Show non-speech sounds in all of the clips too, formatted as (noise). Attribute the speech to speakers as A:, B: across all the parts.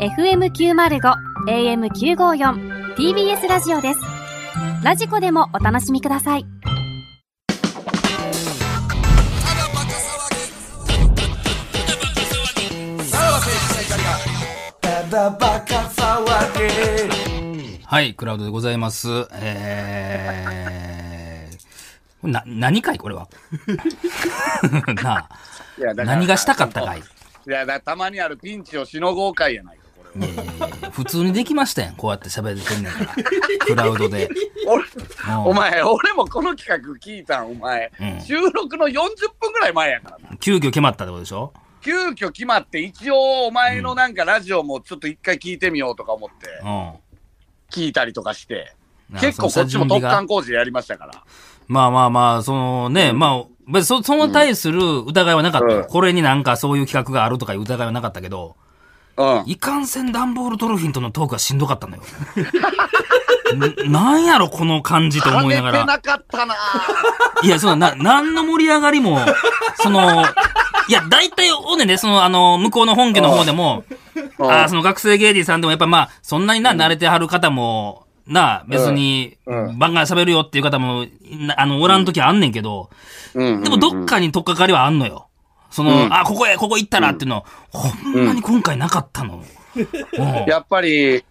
A: FM905 AM954 TBS ラジオですラジコでもお楽しみください
B: はい、クラウドでございます。えー、これな、何かいこれは。 (laughs) なあ、
C: いやだから
B: 何がしたかったかい。い
C: いやだたまにあるピンチをしのごう会やないかこれ
B: やいやいや普通にできましたやん。こうやって喋ってんねん
C: (laughs)
B: から。クラウドで。
C: 俺
B: もう
C: お前俺もこの企画聞いたんお前、
B: うん
C: 収録の40分ぐらい前やからな
B: 急遽決まったってことでしょ
C: 急遽決まって一応お前のなんかラジオもちょっと一回聞いてみようとか思って
B: うんあ
C: 聞いたりとかして
B: あ。
C: 結構こっちも
B: その下準備
C: 特
B: が
C: 貫工事やりましたから
B: まあまあまあ、そのね、まあ、別にそその対する疑いはなかったよ、
C: うん
B: これになんかそういう企画があるとかいう疑いはなかったけど、
C: うん
B: いかんせんダンボールドルフィンとのトークはしんどかったのよ。 (laughs) んなんやろ、この感じと
C: 跳
B: 思
C: ね
B: い
C: て
B: ながら。
C: なかったな
B: いや、そうな、なんの盛り上がりも、その、いや、大体、おねね、その、あの、向こうの本家の方でも、
C: うん
B: ああ、その学生芸人さんでも、やっぱまあ、そんなにな、慣れてはる方も、なあ、別に、
C: うん
B: 番外喋るよっていう方も、なあの、おらん時あんねんけど、
C: うんうん
B: でもどっかに取っかかりはあんのよ。その、
C: うん
B: あ、ここへ、ここ行ったらっていうの、ほんまに今回なかったの。うん
C: (laughs) やっぱり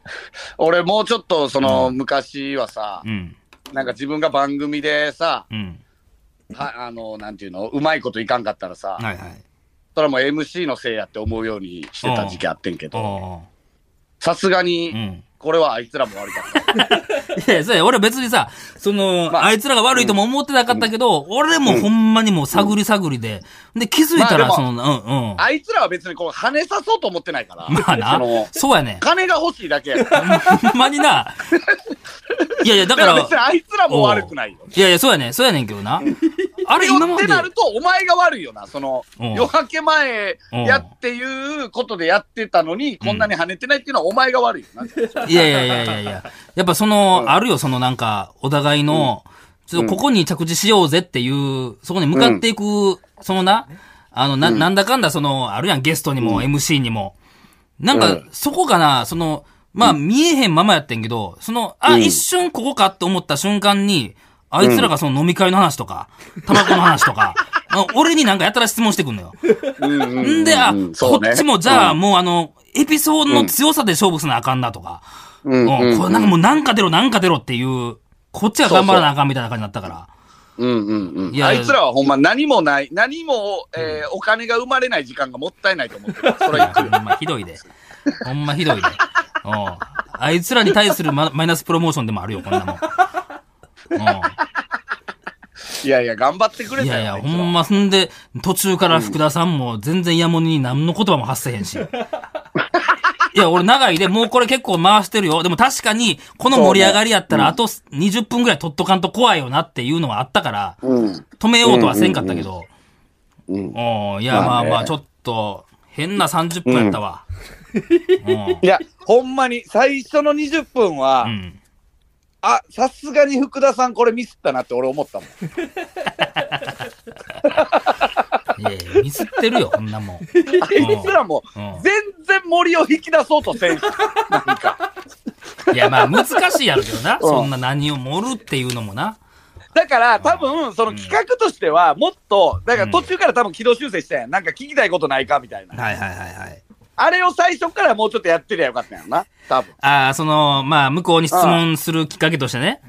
C: 俺もうちょっとその昔はさ、
B: うん。
C: なんか自分が番組でさ
B: うん。
C: はあのなんていうのうまいこといかんかったらさ、
B: はいはい。
C: それはもう MC のせいやって思うようにしてた時期あってんけど、
B: お
C: さすが
B: ーう
C: に、
B: ん。
C: これはあいつらも悪かった。
B: いや、そうや、俺別にさ、その、
C: まあ
B: あ、いつらが悪いとも思ってなかったけど、俺もほんまにもう探り探りで、で、気づいたら、
C: まあ
B: そ
C: で
B: の、
C: も
B: うんうん。
C: あいつらは別にこう跳ねさそうと思ってないから、
B: まあ
C: そ
B: な
C: の、
B: そうやね。
C: 金が欲しいだけやから。
B: ほんま
C: (laughs)
B: にな。いやいや、だ
C: だか
B: か
C: ら
B: ら
C: 別に、あいつらも悪くないよ。
B: いやいや、そうやね、そうやねんけどな。あれ、今
C: っ
B: ま
C: て
B: で、
C: なると、お前が悪いよな。その、
B: うん
C: 夜明け前やっていうことでやってたのに、こんなに跳ねてないっていうのはお前が悪いよな。
B: いやいやいやいやいや。やっぱその、あるよ、そのなんか、お互いの、ちょっとここに着地しようぜっていう、そこに向かっていく、そのな、あの、な、なんだかんだその、あるやん、ゲストにも、MC にも。なん
C: う
B: か
C: ん、
B: そこかな、その、まあ、見えへんままやってんけど、その、あ、
C: うん
B: 一瞬ここかって思った瞬間に、あいつらがその飲み会の話とか、タバコの話と
C: (laughs)
B: か、あ俺になんかやたら質問してくんのよ。
C: うんうんうん
B: んで、あ、
C: そ
B: こ
C: うね
B: っちもじゃあ
C: うん
B: もうあの、エピソードの強さで勝負すなあかんなとか。
C: うん
B: う
C: うん
B: ん、これなんかもうなんか出ろなんか出ろっていう、こっちが頑張らなあかんみたいな感じになったから。
C: うんうんうん。
B: いや
C: あいつらはほんま何もない、何も、えーお金が生まれない時間がもったいないと思 (laughs) ってる。それ行くよ
B: ほんまひどいで。ほんまひどいで。うん。あいつらに対するママイナスプロモーションでもあるよ、こんなもん。う
C: いやいや、頑張ってくれ
B: ん、
C: たよ。
B: いやいや、
C: あいつ
B: ほ
C: ら
B: んま、そんで、途中から福田さんも全然やもに何の言葉も発せへんし。いや、俺長いで、もうこれ結構回してるよ。でも確かに、この盛り上がりやったら、あと20分ぐらい取っとかんと怖いよなっていうのはあったから、
C: うん。
B: 止めようとはせんかったけど。
C: うん。
B: おーいや、ま
C: ま
B: あ
C: あね
B: まあ、ちょっと、変な30分やったわ。うん
C: いや、ほんまに、最初の20分は、
B: うん。
C: あ、さすがに福田さんこれミスったなって俺思ったもん。
B: いやいや、ミスってるよ、こんなもん。
C: あいつらも、
B: うん
C: 全然森を引き出そうとせんし。なんか。
B: いや、まあ、難しいやろけどな。
C: うん
B: そんな何を盛るっていうのもな。
C: だから、多分、その企画としては、もっと、だから途中から多分軌道修正したやん。なんか聞きたいことないかみたいな。
B: はいはいはいはい。
C: あれを最初からもうちょっとやってりゃよかったんやろな。多分。
B: ああ、その、まあ、向こうに質問するきっかけとしてね。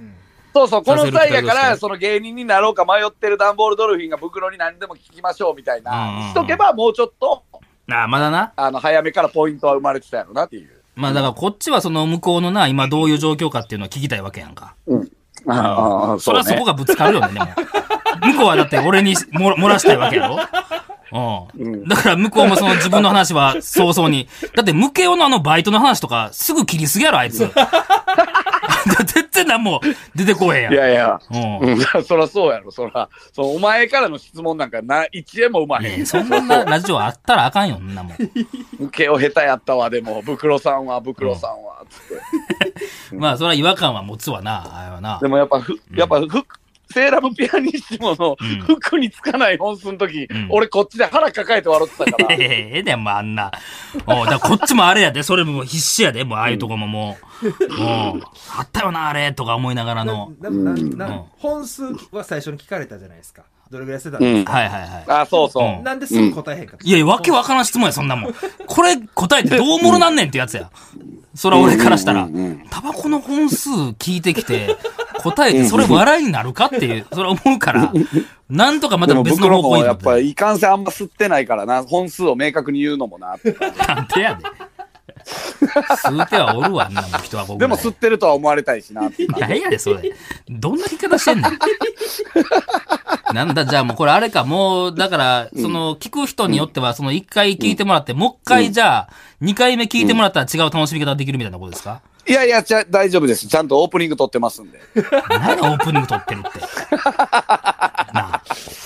C: そうそう、この際やか
B: させ
C: ら、
B: る
C: その芸人になろうか迷ってるダンボールドルフィンが袋に何でも聞きましょうみたい
B: うんうんうん
C: な。しとけば、もうちょっと、
B: ああ、まだな。
C: あの、早めからポイントは生まれてたやろなっていう。
B: まあ、だからこっちはその向こうのな、今どういう状況かっていうのを聞きたいわけやんか。
C: ああ、
B: そりゃそこがぶつかるよね、でも。 (laughs) 向こうはだって俺にも漏らしたいわけやろうん。だから向こうもその自分の話は早々に。だってムケオのあのバイトの話とかすぐ切りすぎやろ、あいつ。全然何も出てこへんやん。
C: いやいや、
B: うん。
C: うん、 (laughs) そらそうやろ、そら。そのお前からの質問なんかな、一円もうまへ
B: ね
C: ん
B: え。そんなラジオあったらあかんよ、そんなもん。
C: 受けを下手やったわ、でも、ブクロさんは、ブクロさんは、つって。
B: まあ、それは違和感は持つわな、あれはな
C: で。もやっぱふ、やっぱふ、セーラムピアニッシモの
B: うん
C: 服につかない本数の時、
B: うん
C: 俺こっちで腹抱えて笑ってた
B: (laughs)
C: から。
B: ええねん、もうあんな。おうだからこっちもあれやで、それも必死やで、もうああいうとこももう。おうあったよな、あれ、とか思いながらの。
D: なな
C: うん
D: な
B: うん
D: 本数は最初に聞かれたじゃないですか。どれぐらいしてたんですか、
B: はいはいはい。
C: あ、そうそう。
B: うん
D: なんですぐ答えへんかった。
B: いやいや、わけわからん質問や、そんなもん。これ答えてどうおもろなんねんってやつや。そら俺からしたら
C: うんうんうん、
B: タバコの本数聞いてきて、答えてそれ笑いになるかっていう、それ思うから、なんとかま
C: で
B: た
C: も
B: 別
C: 僕
B: の
C: ら
B: 方向
C: も
B: に
C: やっぱりいかんせんあんま吸ってないからな、本数を明確に言うのもな。
B: なんてやで。吸うてはおるわ、あんなもん人は僕
C: でも吸ってるとは思われたいしな。
B: (laughs) 何やで、それ。どんな言い方してん (laughs) のなんだ、じゃあもうこれあれか、もう、だから、その、聞く人によっては、その一回聞いてもらって、もう一回じゃあ、二回目聞いてもらったら違う楽しみ方ができるみたいなことですか
C: いやいや、じゃ大丈夫です。ちゃんとオープニング撮ってますんで。
B: 何オープニング撮ってるって。なあ。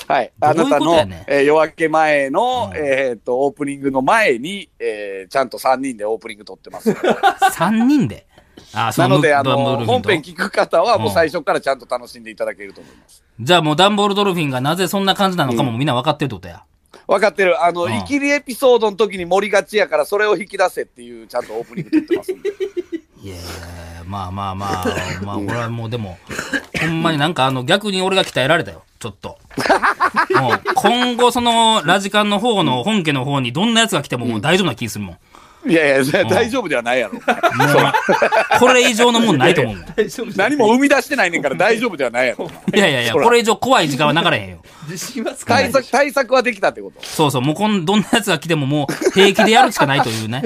C: はい。
B: どうい
C: あ
B: うこ
C: な
B: と
C: たの、
B: やねん
C: えー夜明け前の、
B: うん
C: えーっと、オープニングの前に、えーちゃんと3人でオープニング撮ってますんで。
B: (laughs) 三人で。あ、
C: なので、
B: ム
C: あ
B: ダンボー
C: の、
B: ル
C: 本
B: フィ
C: 編
B: ンと。
C: 聞く方はもううん最初からちゃんと楽しんでいただけると思います。
B: じゃあもうダンボールドルフィンがなぜそんな感じなのかもみんな分かってるってことや。
C: 分かってる。あの、
B: うん
C: イキリエピソードの時に盛りがちやから、それを引き出せっていう、ちゃんとオープニング撮ってます
B: (laughs)
C: んで。
B: いやいやまあまあま (laughs) あ、まあ俺はもうでも、ほんまになんかあの逆に俺が鍛えられたよ、ちょっと。もう今後そのラジカンの方の本家の方にどんなやつが来てももう大丈夫な気するもん。
C: いやいや、
B: ん
C: 大丈夫ではないやろ。
B: もう、これ以上のもんないと思うもん。い
D: 大丈夫
C: 何も生み出してないねんから大丈夫ではないやろ。
B: (laughs) やいやいや、
C: ほら
B: これ以上怖い時間は流れへんよ。
D: 自信はつか
C: (laughs)
D: ない
C: 対。策、対策はできたってこと。
B: そうそう、もうこんどんなやつが来てももう平気でやるしかないというね。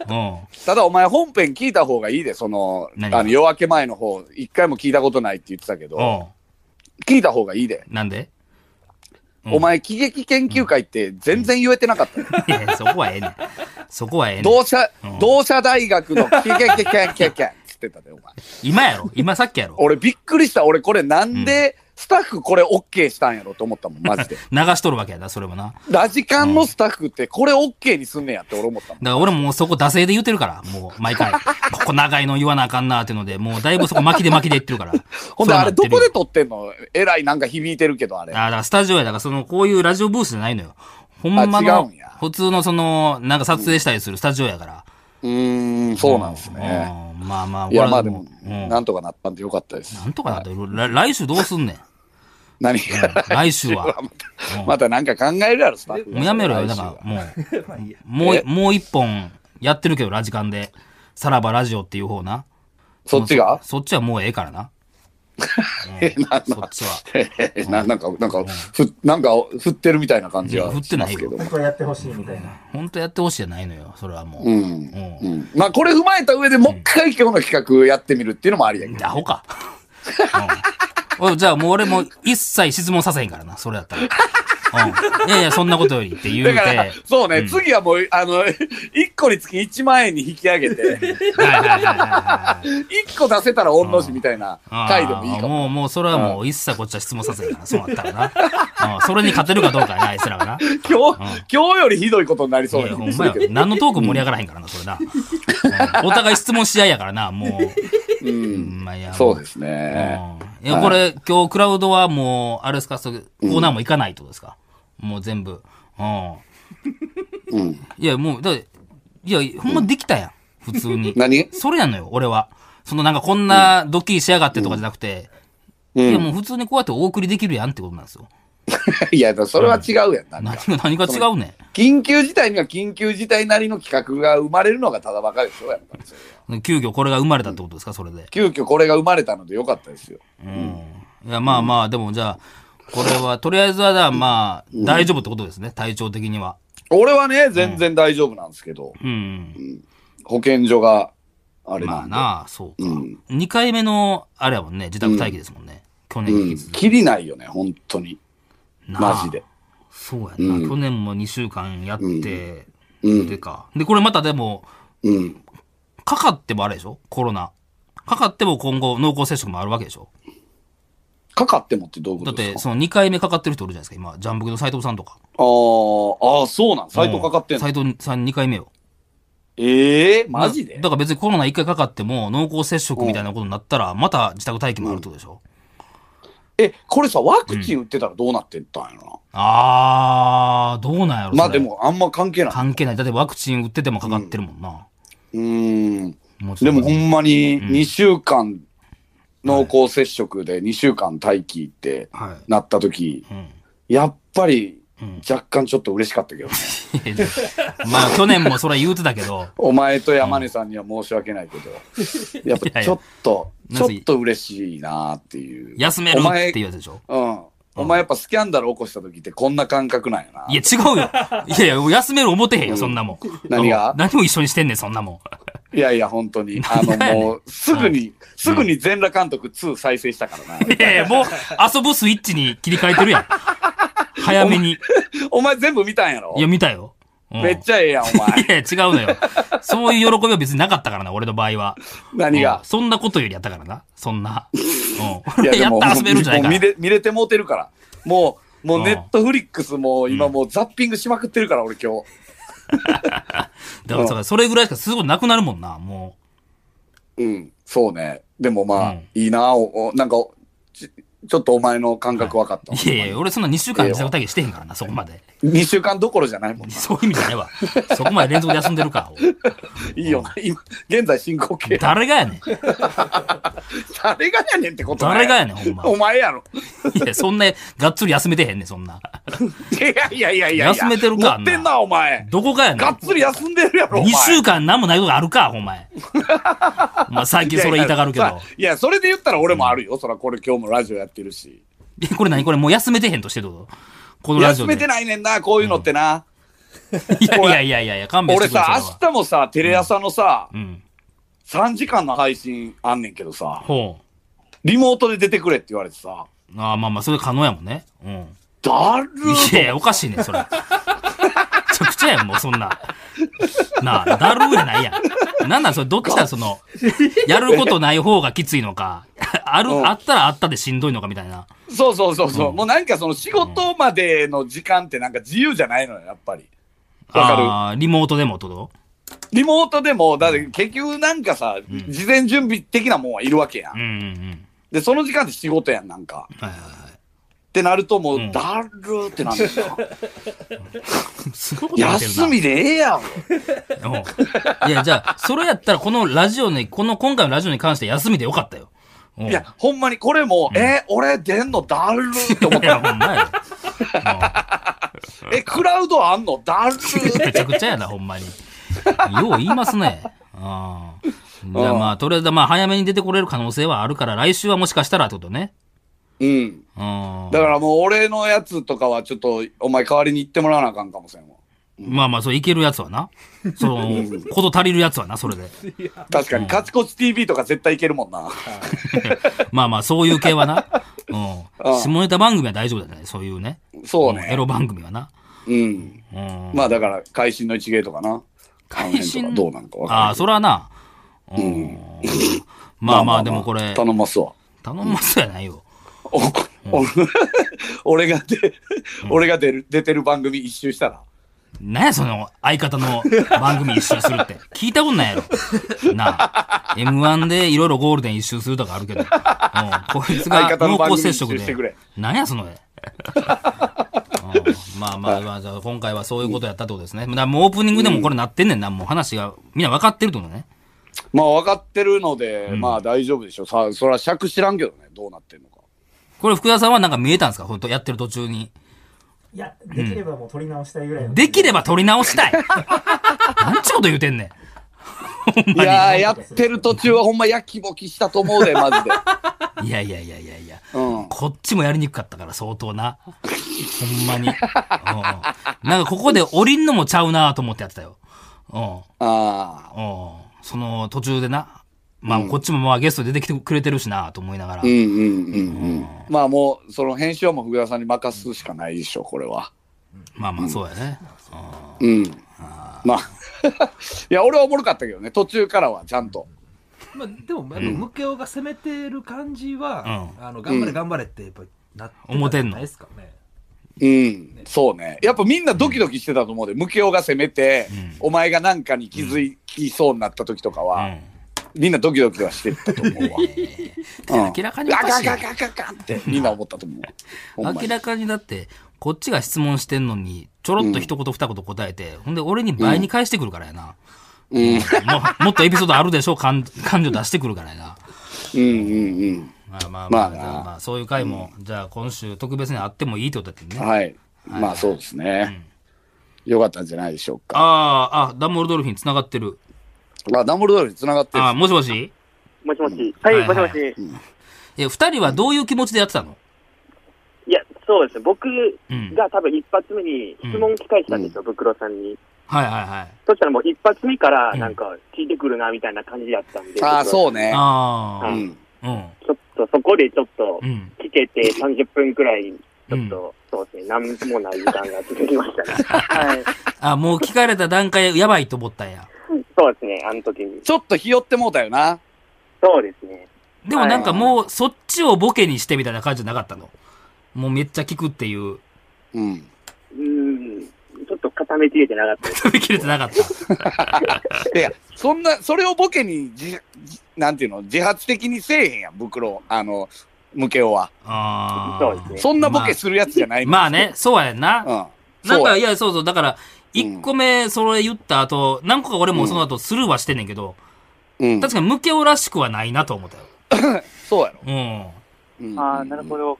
B: う
C: ただお前本編聞いた方がいいで、その、
B: 何が
C: あの、夜明け前の方、一回も聞いたことないって言ってたけ
B: ん。
C: ど、
B: う
C: 聞いた方がいいで。
B: ん。なんで (laughs) うん
C: お前、喜劇研究会って全然言えてなかったよ。
B: いやいやそこはええねん。そこはええねん。
C: 同社
B: うん、
C: 同社大学の喜劇研究会っつってたで、お前。
B: 今やろ今さっきやろ
C: 俺びっくりした。俺これなんで、スタッフこれ OK したんやろと思ったもん、マジで。
B: 流しとるわけやな、それもな。
C: ラジカンのスタッフってこれ OK にすんねやって俺思ったもん。
B: だから俺ももうそこ惰性で言ってるから、もう毎回。 (laughs) ここ長いの言わなあかんなってので、もうだいぶそこ巻きで巻きで言ってるから。
C: (laughs) ほんで、あれどこで撮
B: と
C: ってんのえらいなんか響いてるけど、あれ。
B: ああ、だからスタジオや、だからその、こういうラジオブースじゃないのよ。ほんま
C: あ違う
B: の
C: んや、
B: 普通のその、なんか撮影したりするスタジオやから。
C: うーん、そうなんですね。
B: うん。まあまあ、
C: いや、まあでも
B: こ、れはうん。
C: なんとかなったんでよかったです。
B: なんとかなって、ら来週どうすんねん。
C: (laughs) 何
B: うん来週は。うん
C: (laughs) またなんか考えるやろ、スタッフが。
B: もうやめろよ、
C: 来
B: だ
C: 週は
B: からもう。
D: まあいいや
B: も
C: え
B: う、もう一本やってるけど、ラジカンで。さらばラジオっていう方な。
C: そっちが
B: そそっちはもうええか
C: (laughs)
B: らな。
C: えな
B: そっちは。
C: (laughs) ななんか、なんか、ふ、なんか、振ってるみたいな感じは
B: うん振って
C: し
B: な
C: ま
B: い
C: す
B: よ
C: けど。
D: 本当はやってほしいみたいな。
B: ほんとやってほしいじゃないのよ、それはも
C: う
B: う。
C: ん。
B: うん
C: うん。まあ、これ踏まえた上でもう一回今日の企画やってみるっていうのもありやけど。
B: アホか。 (laughs) うんおいじゃあもう俺も一切質問させへんからな、それだったら。うん。いやいや、そんなことよりって言う
C: だ
B: て。
C: から、そうね、
B: ん
C: 次はもう、あの、1個 (laughs) につき1万円に引き上げ
B: (laughs)
C: て、
B: はいはいはいはいはい。
C: 1個出せたら御の字みたいな回でもいい
B: あ
C: かも。
B: ーもう、もう、それはもう一切こっちは質問させへんから、そうなったらな。うんそれに勝てるかどうかやな、あいつらがな。
C: 今日
B: うん、
C: 今日よりひどいことになりそう
B: い
C: な
B: や
C: 気
B: ほ
C: も
B: ん
C: す
B: ま
C: る
B: よ
C: けど。。
B: 何のトークも盛り上がらへんからな、それな。うんお互い質問し合いやからな、も
C: う。
B: う。うんんまあいや
C: そうですね。
B: うんいや、これ、今日クラウドはもう、あれですか、そうコーナーも行かないってことですか、もう全部。うん。
C: うん。
B: いや、もう、だっていや、ほんまできたやん、普通に。
C: 何
B: それやのよ、俺は。そのなんかこんなドッキリしやがってとかじゃなくて、
C: う
B: いや、
C: ん。
B: もう普通にこうやってお送りできるやんってことなんですよ。
C: いや、それは違うやん。なんか
B: 何が、何が違うねん。
C: 緊急事態には緊急事態なりの企画が生まれるのがただばかりでしょ、やっぱりそれは。
B: 急遽これが生まれたってことですか、それで。
C: 急遽これが生まれたのでよかったですよ。
B: うん。いや、まあまあ、でもじゃあ、これは、とりあえずは、まあ、大丈夫ってことですね、体調的には。
C: 俺はね、全然大丈夫なんですけど、
B: うん。
C: 保健所が、あれ
B: まあ
C: なんで。
B: なあ、そうか。
C: うん
B: 2回目の、あれやもんね、自宅待機ですもんね。去年
C: う
B: に引き
C: ん
B: 続。き
C: きりないよね、本当に。
B: なあ
C: マジで。。
B: そうやな、
C: うん
B: 去年も2週間やって、
C: うん
B: でか。で、これまたでも、
C: うん。
B: かかってもあれでしょコロナ。かかっても今後濃厚接触もあるわけでしょ
C: かかってもってどういうこ
B: だっ
C: とで
B: て、
C: すか
B: その2回目かかってる人おるじゃないですか、今。ジャンブクの斎藤さんとか。
C: あーあー、そうなん。サイトかかってんの
B: 斎藤さん2回目よ。
C: ええマジで
B: だから別にコロナ1回かかっても濃厚接触みたいなことになったら、また自宅待機もあるってことでしょ
C: え、これさ、ワクチン打ってたらどうなってったんやろ
B: あー、どうなんやろ
C: な。まあ
B: それ
C: でも、あんま関係ない。
B: 関係ない。だってワクチン打っててもかかってるもんな。
C: うーん。
B: もち
C: で
B: ろん
C: もほんまに
B: うん
C: 2週間濃厚接触で2週間待機って
B: はい。
C: なった時、
B: うん。
C: やっぱり
B: うん。
C: 若干ちょっと嬉しかったけ
B: (laughs)
C: どね。
B: まあ、去年もそれ言うてたけど、
C: お前と山根さんには申し訳ないけど、やっぱちょっと、
B: いや
C: ち
B: いや
C: ょっと嬉しいなっていう。
B: 休めるっていうやつでしょ。
C: うん。お前やっぱスキャンダル起こした時ってこんな感覚なんやな。
B: いや、違うよ。いやいや、休める思てへん
C: う
B: よ、
C: ん
B: そんなもん。
C: 何が
B: うん何を一緒にしてんねん、そんなもん。
C: いやいや、本当に。あの、もう、すぐに、すぐに全裸監督2再生したからな。
B: (laughs) いやいや、もう、遊ぶスイッチに切り替えてるやん。早めに。
C: お前全部見たんやろ
B: いや、見たよ。うん
C: めっちゃええやん、お
B: (laughs)
C: 前。
B: いや、違うのよ。そういう喜びは別になかったからな、俺の場合は。
C: 何
B: う
C: が
B: ん。そんなことよりやったからな。そんな。う
C: い
B: ん。 (laughs) や
C: でも
B: った遊べるんじゃない
C: もう見
B: か
C: れ見れてもうてるから。もう、も
B: う
C: うんネットフリックスも今もうザッピングしまくってるから、俺今日。
B: だからさ、それぐらいしかすごいなくなるもんな、も
C: うん、そうね。でもまあ、
B: うん
C: いいなおおなんかち、ちょっとお前の感覚分かった
B: う。。いやいや、俺そんな2週間自宅待機してへんからな、そこまで。
C: 2週間どころじゃないもんな。
B: そういう意味じゃないわ。そこまで連続で休んでるか。
C: いいよな。今、現在進行形。
B: 誰がやねん。
C: 誰がやねんってことない
B: 誰がやねん、ほんま。
C: お前やろ。
B: いや、そんな、がっつり休めてへんねん、そんな。
C: いやいやいやいやいや。
B: 休めてるか
C: 持ってんな、お前。
B: どこかやねん。
C: がっつり休んでるやろ、お前。
B: 2週間何もないことあるか、お前。お前最近それ言いたがるけど。
C: いやいやさいや、それで言ったら俺もあるよ。そら、これ今日もラジオやってるし。
B: えこれ何これもう休めてへんとしてどうぞこのラジ
C: 休
B: オ
C: め
B: で。
C: てないねんな、こういうのってな。
B: いやいやいやいやいや、勘弁し
C: 俺
B: てくれ
C: さ、
B: それは
C: 明日もさ、テレ朝のさ、
B: うん。
C: 3時間の配信あんねんけどさ、
B: ほ
C: リモートで出てくれって言われてさ、
B: う。ああ、まあまあ、それ可能やもんね。うん。
C: だる
B: いやいや、おかしいね、それ。めちゃくちゃやん、もうそんな。なあ、だるやないやん。なんなん、それ、どっちだ、その、やることない方がきついのか、ある
C: う、ん
B: あったらあったでしんどいのかみたいな。
C: そうそうそうそう、
B: うん
C: もうなんかその仕事までの時間ってなんか自由じゃないのよ、やっぱり。わかる
B: ああ、リモートでもってこと
C: リモートでも、だって結局なんかさ、
B: うん
C: 事前準備的なもんはいるわけやん。
B: うんうんうん。
C: で、その時間って仕事やん、なんか。
B: はいはいは
C: ってなるともう、
B: うん
C: だるーってなん
B: (laughs)
C: ですよ。
B: い。すごいこと言ってるな
C: 休みでええやん。
B: うんいや、じゃあ、それやったら、このラジオに、この今回のラジオに関して休みでよかったよ。うん
C: いや、、ほんまにこれも、
B: うん
C: えー俺出んのだるーって思っ
B: いや、
C: た
B: ほんまや。 (laughs)
C: の。え、クラウドあんのだるー
B: うんめちゃくちゃ
C: (laughs)
B: やな、ほんまに。よう言いますね。うん。じゃあまあ、とりあえず、まあ、早めに出てこれる可能性はあるから、来週はもしかしたらってことね。 (laughs)
C: うん。
B: うん。
C: だからもう俺のやつとかはちょっと、お前代わりに行ってもらわなあかんかもしれんわ。
B: まあまあ、そう、いけるやつはな。その、
C: (laughs)
B: こと足りるやつはな、それで。
C: 確かに、カチコチ TV とか絶対いけるもんな。
B: まあまあ、そういう系はな。う。
C: うんん
B: 下ネタ番組は大丈夫だね、そういうね。
C: そうん
B: エ
C: ね。
B: ロ番組はな。
C: うん。
B: うん。
C: まあだから、会心の一芸とかな。関連とかどうなんかわかんない
B: ああ、それはな。うん。まあまあ、でもこれ、
C: 頼ますわ。
B: 頼んますやないよ。
C: おお俺が出、俺が出る、出てる番組一周したら。
B: なんや、その、相方の番組一周するって。聞いたことないやろ。なあ。M1 でいろいろゴールデン一周するとかあるけど。うん。こいつが
C: 相方の
B: 濃
C: 番組
B: 厚接触
C: 一周してく
B: で
C: れ。
B: なんや、その絵。うんまあまあまあ、じゃあ今回はそういうことやったってことですね。だからもうオープニングでもこれなってんねんな。もう話が、みんな分かってるってことね。
C: まあ分かってるので、
B: ん
C: まあ大丈夫でしょ。さ、そら尺知らんけどね、どうなってんの
B: (laughs)
C: か。
B: これ福田さんはなんか見えたんですか本当やってる途中に。
E: いや、できればもう取り直したいぐらいの。
B: できれば取り直したい。なんちゅうこと言うてんねん。ほん
C: い
B: まに。
C: やー、やってる途中はほんまやきぼきしたと思うで、マジで。
B: いやいやいやいやいや。
C: うん。
B: こっちもやりにくかったから相当な。ほんまに。うんなんかここで降りんのもちゃうなと思ってやってたよ。うん。
C: ああ。
B: うんその途中でな。まあこっちもまあゲストで出てきてくれてるしなと思いながら。
C: うんうんうんうん。まあもう、その編集はもう福田さんに任すしかないでしょ、これは。
B: まあまあそうやね。
C: うん。まあ。 (laughs) いや、俺はおもろかったけどね、途中からはちゃんと。
D: まあ、でも、やっぱ、ムケオが攻めてる感じは、
B: う
D: あの、頑張れ頑張れって、やっぱ、なってたんじゃないですかね。
C: うん、そうね。やっぱみんなドキドキしてたと思うで、ムケオが攻めて、
B: うん
C: お前がなんかに気づきそうになった時とか
B: う
C: は、
B: ん。
C: みんなドキドキはしてたと思うわ。うん
B: 明らかにお
C: ガ
B: か
C: ガ
B: しいよ
C: ガガガガってみんな思ったと思うわ。ほんま
B: 明
C: に
B: らかにだって、こっちが質問してんのに、ちょろっと一言二言答えて、ほんで俺に倍に返してくるからやな。
C: うん
B: ももっとエピソードあるでしょ感感情出してくるからやな。
C: うんうん
B: まあまあまあ、
C: まあな
B: じゃあまあ、そういう回も、じゃあ今週特別にあってもいいってことだって
C: う
B: ね。
C: ん。はい。まあそうですね。よかったんじゃないでしょうか。
B: あーあ、ダンボールドルフィン繋がってる。
C: あ、ダンボールドールに繋がってるん
B: あ
C: で
B: ーもしもし
F: もしもし。はい、
B: はいはい
F: もしもし。
B: え、二人はどういう気持ちでやってたの
F: いや、そうですね。僕
B: うん。
F: が多分一発目に質問機会したんですよ、ブクロさんに。
B: はいはいはい。
F: そしたらもう一発目から
B: うん
F: なんか聞いてくるなみたいな感じだったんで。
C: すああ、
F: う。
C: そうね。
B: あ
C: う
B: あ、
C: ん。
B: うん。
F: ちょっとそこでちょっと
B: うん。
F: 聞けて30分くらい、ちょっと、そうですね、なんもない時間が続きましたね。 (laughs) はい。
B: あ、もう聞かれた段階やばいと思ったんや。
F: そうですね、あの時に。
C: ちょっとひよってもうたよな。
F: そうですね。
B: でもなんかもうそっちをボケにしてみたいな感じじゃなかったの。もうめっちゃ聞くっていう。 (laughs)
C: うん。
F: うーん。ちょっと固め切れてなかったです。
B: 飛び切れてなかった。
C: いや、そんな、それをボケに自、自なんていうの、自発的にせえへんやん、ブクロ、あの、ムケオは。
B: あ
F: そうです
B: あ。
F: ね。
C: そんなボケするやつじゃない
B: まあね、そうやんな。
C: あ、うん。
B: なん
C: そう
B: か、
C: や
B: いや、そうそう、だから、一個目、それ言った後、何個か俺もその後スルーはしてんねんけど、
C: うん、
B: 確かに無形らしくはないなと思ったよ。
C: そうやろ。
B: うん。
C: うん、
F: ああ、なるほど。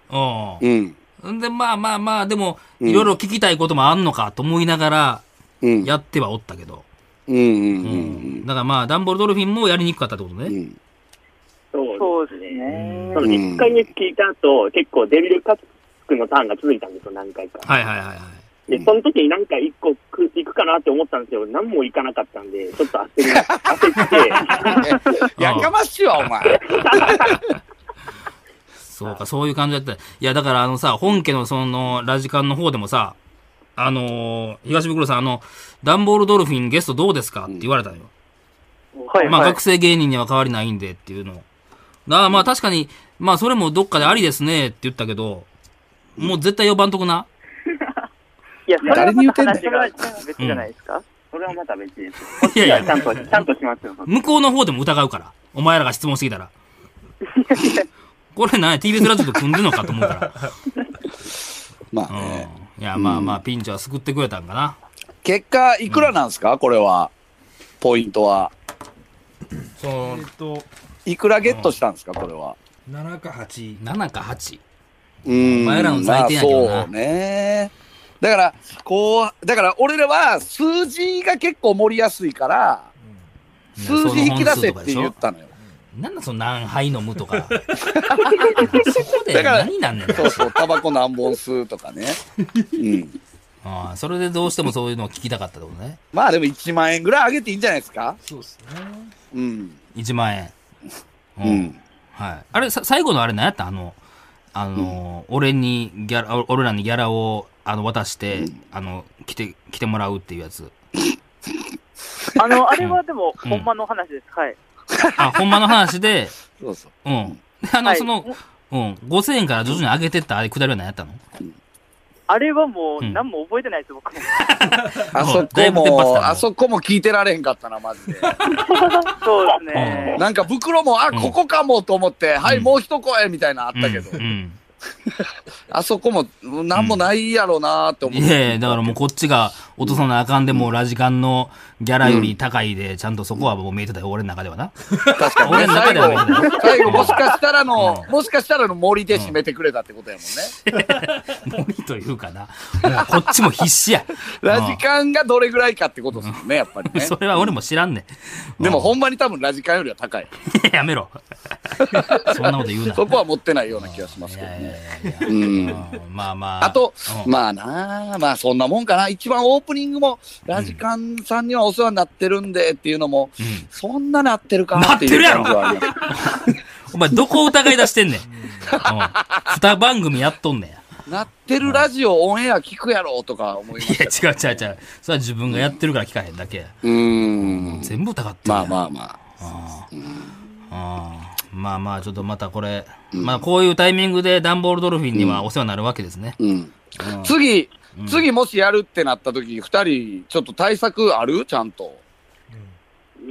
B: うん。
C: うん。
B: んで、まあまあまあ、でも、
C: うん
B: いろいろ聞きたいこともあんのかと思いながら、
C: うん。
B: やってはおったけど。
C: うんうん
B: う。
C: うんん
B: だからまあ、ダンボールドルフィンもやりにくかったってこと
C: うん。う
B: ね。
C: ん
F: そうですね。
B: うん
F: そ
B: は
F: の
B: い
F: 1回目聞いた後、結構デビルカックのターンが続いたんですよ、何回か。
B: はいはいはい。
F: で、その時になんか一個食いくかなって思ったんですけど、何もいかなかったんで、ちょっと焦り、焦って、
C: やかましいわ、お前。
B: そうか、そういう感じだった。いや、だからあのさ、本家のその、ラジカンの方でもさ、あのー東袋さん、あの、ダンボールドルフィンゲストどうですかって言われたのよ。
F: はい、
B: まあ、
F: はい
B: 学。生芸人には変わりないんでっていうのを。ああまあ、確かに、まあ、それもどっかでありですねって言ったけど、もう絶対呼ばんとくな。
F: いや、それは
C: 誰に言
F: ま
C: うて
F: た
C: んねん
F: 話が別じゃないですかそれはまた別です。
B: いやい
F: いや、
B: や
F: ち、ゃんと、ちゃんとしますよ。
B: 向こうの方でも疑うから。お前らが質問してきたら。これ何や ?TBS ラジオと組んでんのかと思うか
C: ま
B: ら。
C: あね。
B: うん。いや、まあまあ、ピンチは救ってくれたんかな。
C: 結果、いくらなんすか、これは。ポイントは。
B: その
D: えっ、と、
C: いくらゲットしたんですか、これは。
D: 7か8。
B: 7か8。
C: うーん。
B: お前らの採点やけどな
C: まあそうね。だから、こう、だから俺らは数字が結構盛りやすいから、
B: いや
C: 数字引き出
B: そ
C: せ
B: の
C: っ
B: 本数とかで
C: て
B: しょ
C: 言ったのよ。
B: なんだその何杯飲むとか。そこで
C: だから
B: 何なんねんな
C: そうそう、タバコ何本吸うと
B: (laughs)
C: かね。うん。
B: ああそれでどうしてもそういうのを聞きたかったってことね。
C: まあでも1万円ぐらい上げていいんじゃないですか
D: そうですね。
C: うん。
B: 1万円。
C: う
B: うん
C: ん。
B: はい。あれ、さ最後のあれ何やったあの、あの、俺にギャラ、俺らにギャラを、あの、渡して、あの、来て、来てもらうっていうやつ。
G: あの、あれはでも、ほんまの話です。はい。
B: あ、ほんまの話で、
C: そうそう。
B: うん。あの、
G: はい
B: その、うん、5000円から徐々に上げてったあれ下りは何やったの
G: あれはもう、
B: うん
G: 何も覚えてないです、僕も。
C: あそ
B: だ
C: こ
B: いぶ出っ張ってた
C: も、
B: な
C: あそこも聞いてられへんかったな、マジ
B: (laughs)
C: で。
G: そうですね。
C: なんか袋も、あ、
B: うん
C: ここかもと思って、は
B: う
C: い、
B: ん
C: もう一声みたいなのあっ
B: うん
C: たけど、
B: うん。
C: あそこも、なんもないやろうなって思っ
B: い
C: て。
B: やいや、だからもうこっちが落とさなあかんで、もうラジカンのギャラより高いで、ちゃんとそこはもう見えてたよ、俺の中ではな。
C: 確かにね、
B: 俺の中
C: 最
B: では見えてたよ。
C: 後、最後、もしかしたらの
B: う、
C: もしかしたらの森で締めてくれたってことやもんね。
B: (laughs) 森というかな。もうこっちも必死や。
C: ラジカンがどれぐらいかってことですもんね、やっぱり
B: うん
C: ね。
B: (laughs) それは俺も知らんねん。
C: でも、
B: う
C: ほんまに多分ラジカンよりは高い。
B: ん (laughs) やめろ。 (laughs) そんなこと言うな。
C: そこは持ってないような気がします
B: い
C: けど
B: やいや
C: ね。
B: いやいや
C: うん。
B: うんまあま
C: (laughs)
B: あ。
C: あと、
B: うん
C: まあなあ、まあそんなもんかな。一番オープニングも、ラジカンさんにはお世話になってるんでっていうのも、
B: うん
C: そんななってるかなっていう感じはあります。
B: お前どこを疑い出してん
C: (laughs)
B: ねん。うん二番組やっとんねんや。
C: なってるラジオオンエア聞くやろとか思いま
B: い
C: し
B: や、
C: た。
B: 違う違う違う。それは自分がやってるから聞かへんだけや。
C: うーん。
B: 全部疑って
C: ま
B: るや
C: あ
B: ん。
C: まあまあ。
B: あーまあまあ、ちょっとまたこれ、まあこういうタイミングでダンボールドルフィンにはお世話になるわけですね。
C: うん。次、次もしやるってなった時、二人、ちょっと対策あるちゃんと。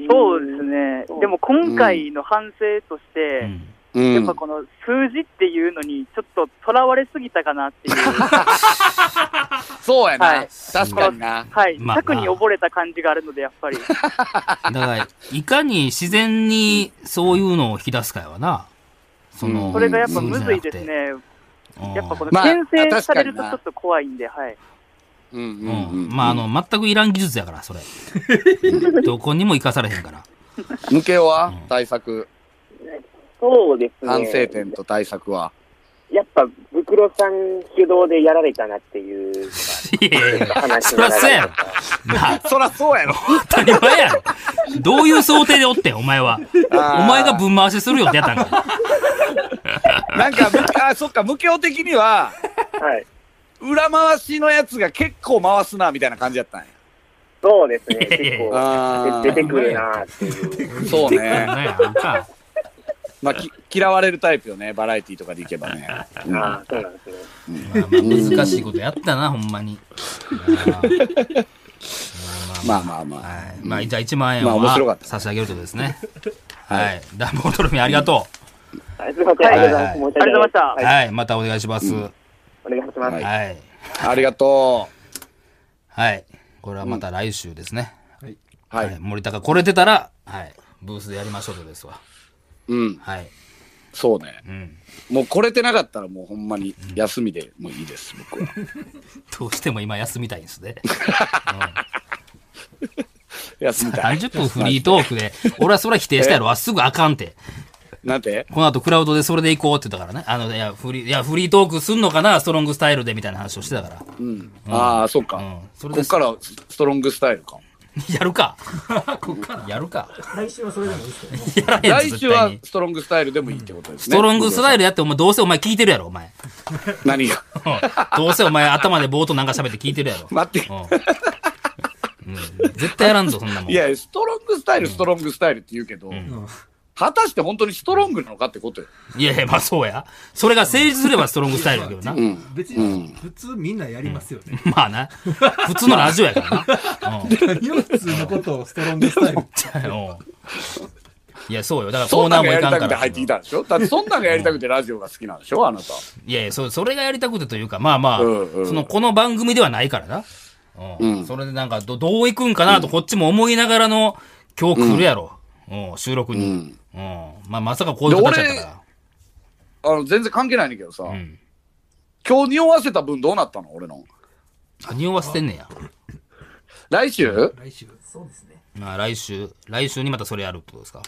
G: そうですですね、でも今回の反省として、
B: うん
C: うん
G: やっぱこの数字っていうのに、ちょっととらわれすぎたかなっていう、
C: そうやな、
G: はい
C: 確かにな。
G: はい、
B: まあ
G: 策に溺れた感じがあるので、やっぱり、
B: だから、いかに自然にそういうのを引き出すかやわな。その、
G: それがやっぱ
B: そうじ
G: む
B: ゃな
G: ずい
B: くて
G: です。ね、
B: うん
G: やっぱこの
C: まあ
G: 牽制
C: 確
G: さ
C: か
G: れ
C: に
G: る
C: な
G: とちょっと怖いんで、はい、
C: うん
B: う
C: うんうん
B: ん。まあ、あの、全くいらん技術やから、
G: (laughs)
B: それ。どこにも生かされへんから。
C: 抜けは
B: うん
C: 対策、
F: そうですね。
C: 反省点と対策は。
F: やっぱ、袋さん主導でやられたなっていう
B: いやいやいや
F: 話
B: そ
F: に
B: ら
F: なる
B: そうやろ。なあ
C: そらそうやろ。
B: 当たり前やろ。どういう想定でおってん、お前は。お
C: あー
B: 前がぶん回しするよってやったんか。
C: なんか、むあ、そっか、無教的には、
F: はい。
C: 裏回しのやつが結構回すな、みたいな感じやったんや。
F: そうですね。
B: いやいや
F: 結構、
C: あ
F: 出てくるなっていう。
C: ーそう (laughs) ね。
B: なんやなんか
C: まあ、き嫌われるタイプよね、バラエティとかでいけばね。うん
F: ああ、そうなんですね。
B: まあまあ難しいことやったな、ほんまに。
C: まあまあまあ。
B: はい。まあ、じゃあ1万円
C: まあ面白か
B: は
C: った
B: 差し上げるということですね。
C: はい
B: はい。ダンボールドルフィンありがと
F: はいすいません。ありがとうございます。
G: ありがとうございました。
B: う。はい。またお願いします。は
F: お願いします。
B: い。
C: ありがと
B: はい。これはまた来週ですね。
C: う。は。
B: はいい森高、これ出たら、はい。ブースでやりましょうということですわ。
C: うん。
B: はい。
C: そうね。
B: うん。
C: もうこれてなかったらもうほんまに休みでもういいです、僕
B: (laughs)
C: は。
B: どうしても今休みたいんですね。
C: 休みたい。
B: 30分フリートークで、俺はそれは否定したやろ。すぐあかんって。
C: なんて
B: この後クラウドでそれで行こうって言ったからね。あの、いや、フリー、いや、フリートークすんのかな、ストロングスタイルでみたいな話をしてたから。 (laughs)
C: うん。ああ、そっか。
B: うんそれ
C: こ
B: で
C: っからストロングスタイルか。
B: やるか。やるか。
E: 来週はそれでもいいですけどね。
B: やらへんぞ
C: 来週
B: 絶対
C: は
B: に。
C: ストロングスタイルでもいいってことです
B: ス
C: ね。
B: トロングスタイ
C: ル
B: ルやって、お前、どうせお前聞いてるやろ、お前。
C: 何が (laughs)
B: うんどうせお前頭で冒頭なんか喋って聞いてるやろ。
C: 待って。
B: うん。うん絶対やらんぞ、そんなもん。
C: いや、ストロングスタイル、ストロングスタイルって言うけど、果たして本当にストロングなのかってことよ。
B: いやいや、まあそうや。それが成立すればストロングスタイルだけどな。
C: うん。
D: 別
C: うん
D: に、普通みんなやりますよね。
B: まあな。普通のラジオやからな。うん
D: 何を (laughs) 普通のことをストロングス (laughs) タイル。
B: うんいや、そうよ。だからコ
C: そ
B: ー
C: んな
B: ナ
C: ん
B: ーも
C: が
B: い
C: やり
B: かん
C: た
B: か
C: くて
B: ら。
C: 入ってきたんでしょだってそんなんがやりたくてラジオが好きなんでしょあなた。
B: いやいやそ、それがやりたくてというか、まあまあ、
C: うんうん
B: その、この番組ではないからな。うん。
C: うん
B: それでなんか、ど、どういくんかなと、こっちも思いながらの、今日来るやろ。うん、収録
C: う
B: に。うん。
C: ん。
B: まあ、まさかこういう形だったか
C: あの、全然関係ないねんだけどさ、
B: ら。うん。
C: 今日匂わせた分どうなったの俺の。
B: あ、匂わせてんねや。
C: 来週
D: 来週。
E: そうですね。
B: まあ、来週、来週にまたそれやるってことですか。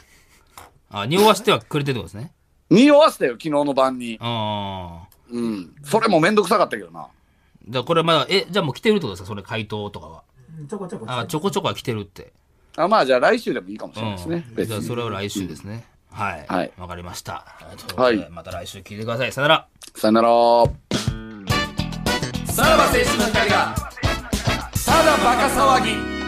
B: あ、匂わせてはくれてるってことですね。
C: 匂わせたよ、昨日の晩に。
B: ああ。
C: うん。それもめんどくさかったけどな。
B: だからこれまだ、え、じゃあもう来てるってことですかそれ回答とかは。
E: うんちょこちょこ。
B: あ、ちょこちょこは来てるって。
C: あまあ、じゃあ来週でもいいかもしれないですね。
B: うん、
C: 別
B: じゃあそ
C: に。
B: れは来週ですね。はい。
C: は
B: はいい。わかりました。はいということ
C: は
B: で。
C: い
B: また来週聞いてください。さよなら。
C: さよなら。
B: さらば青春の光が、ただバカ騒ぎ。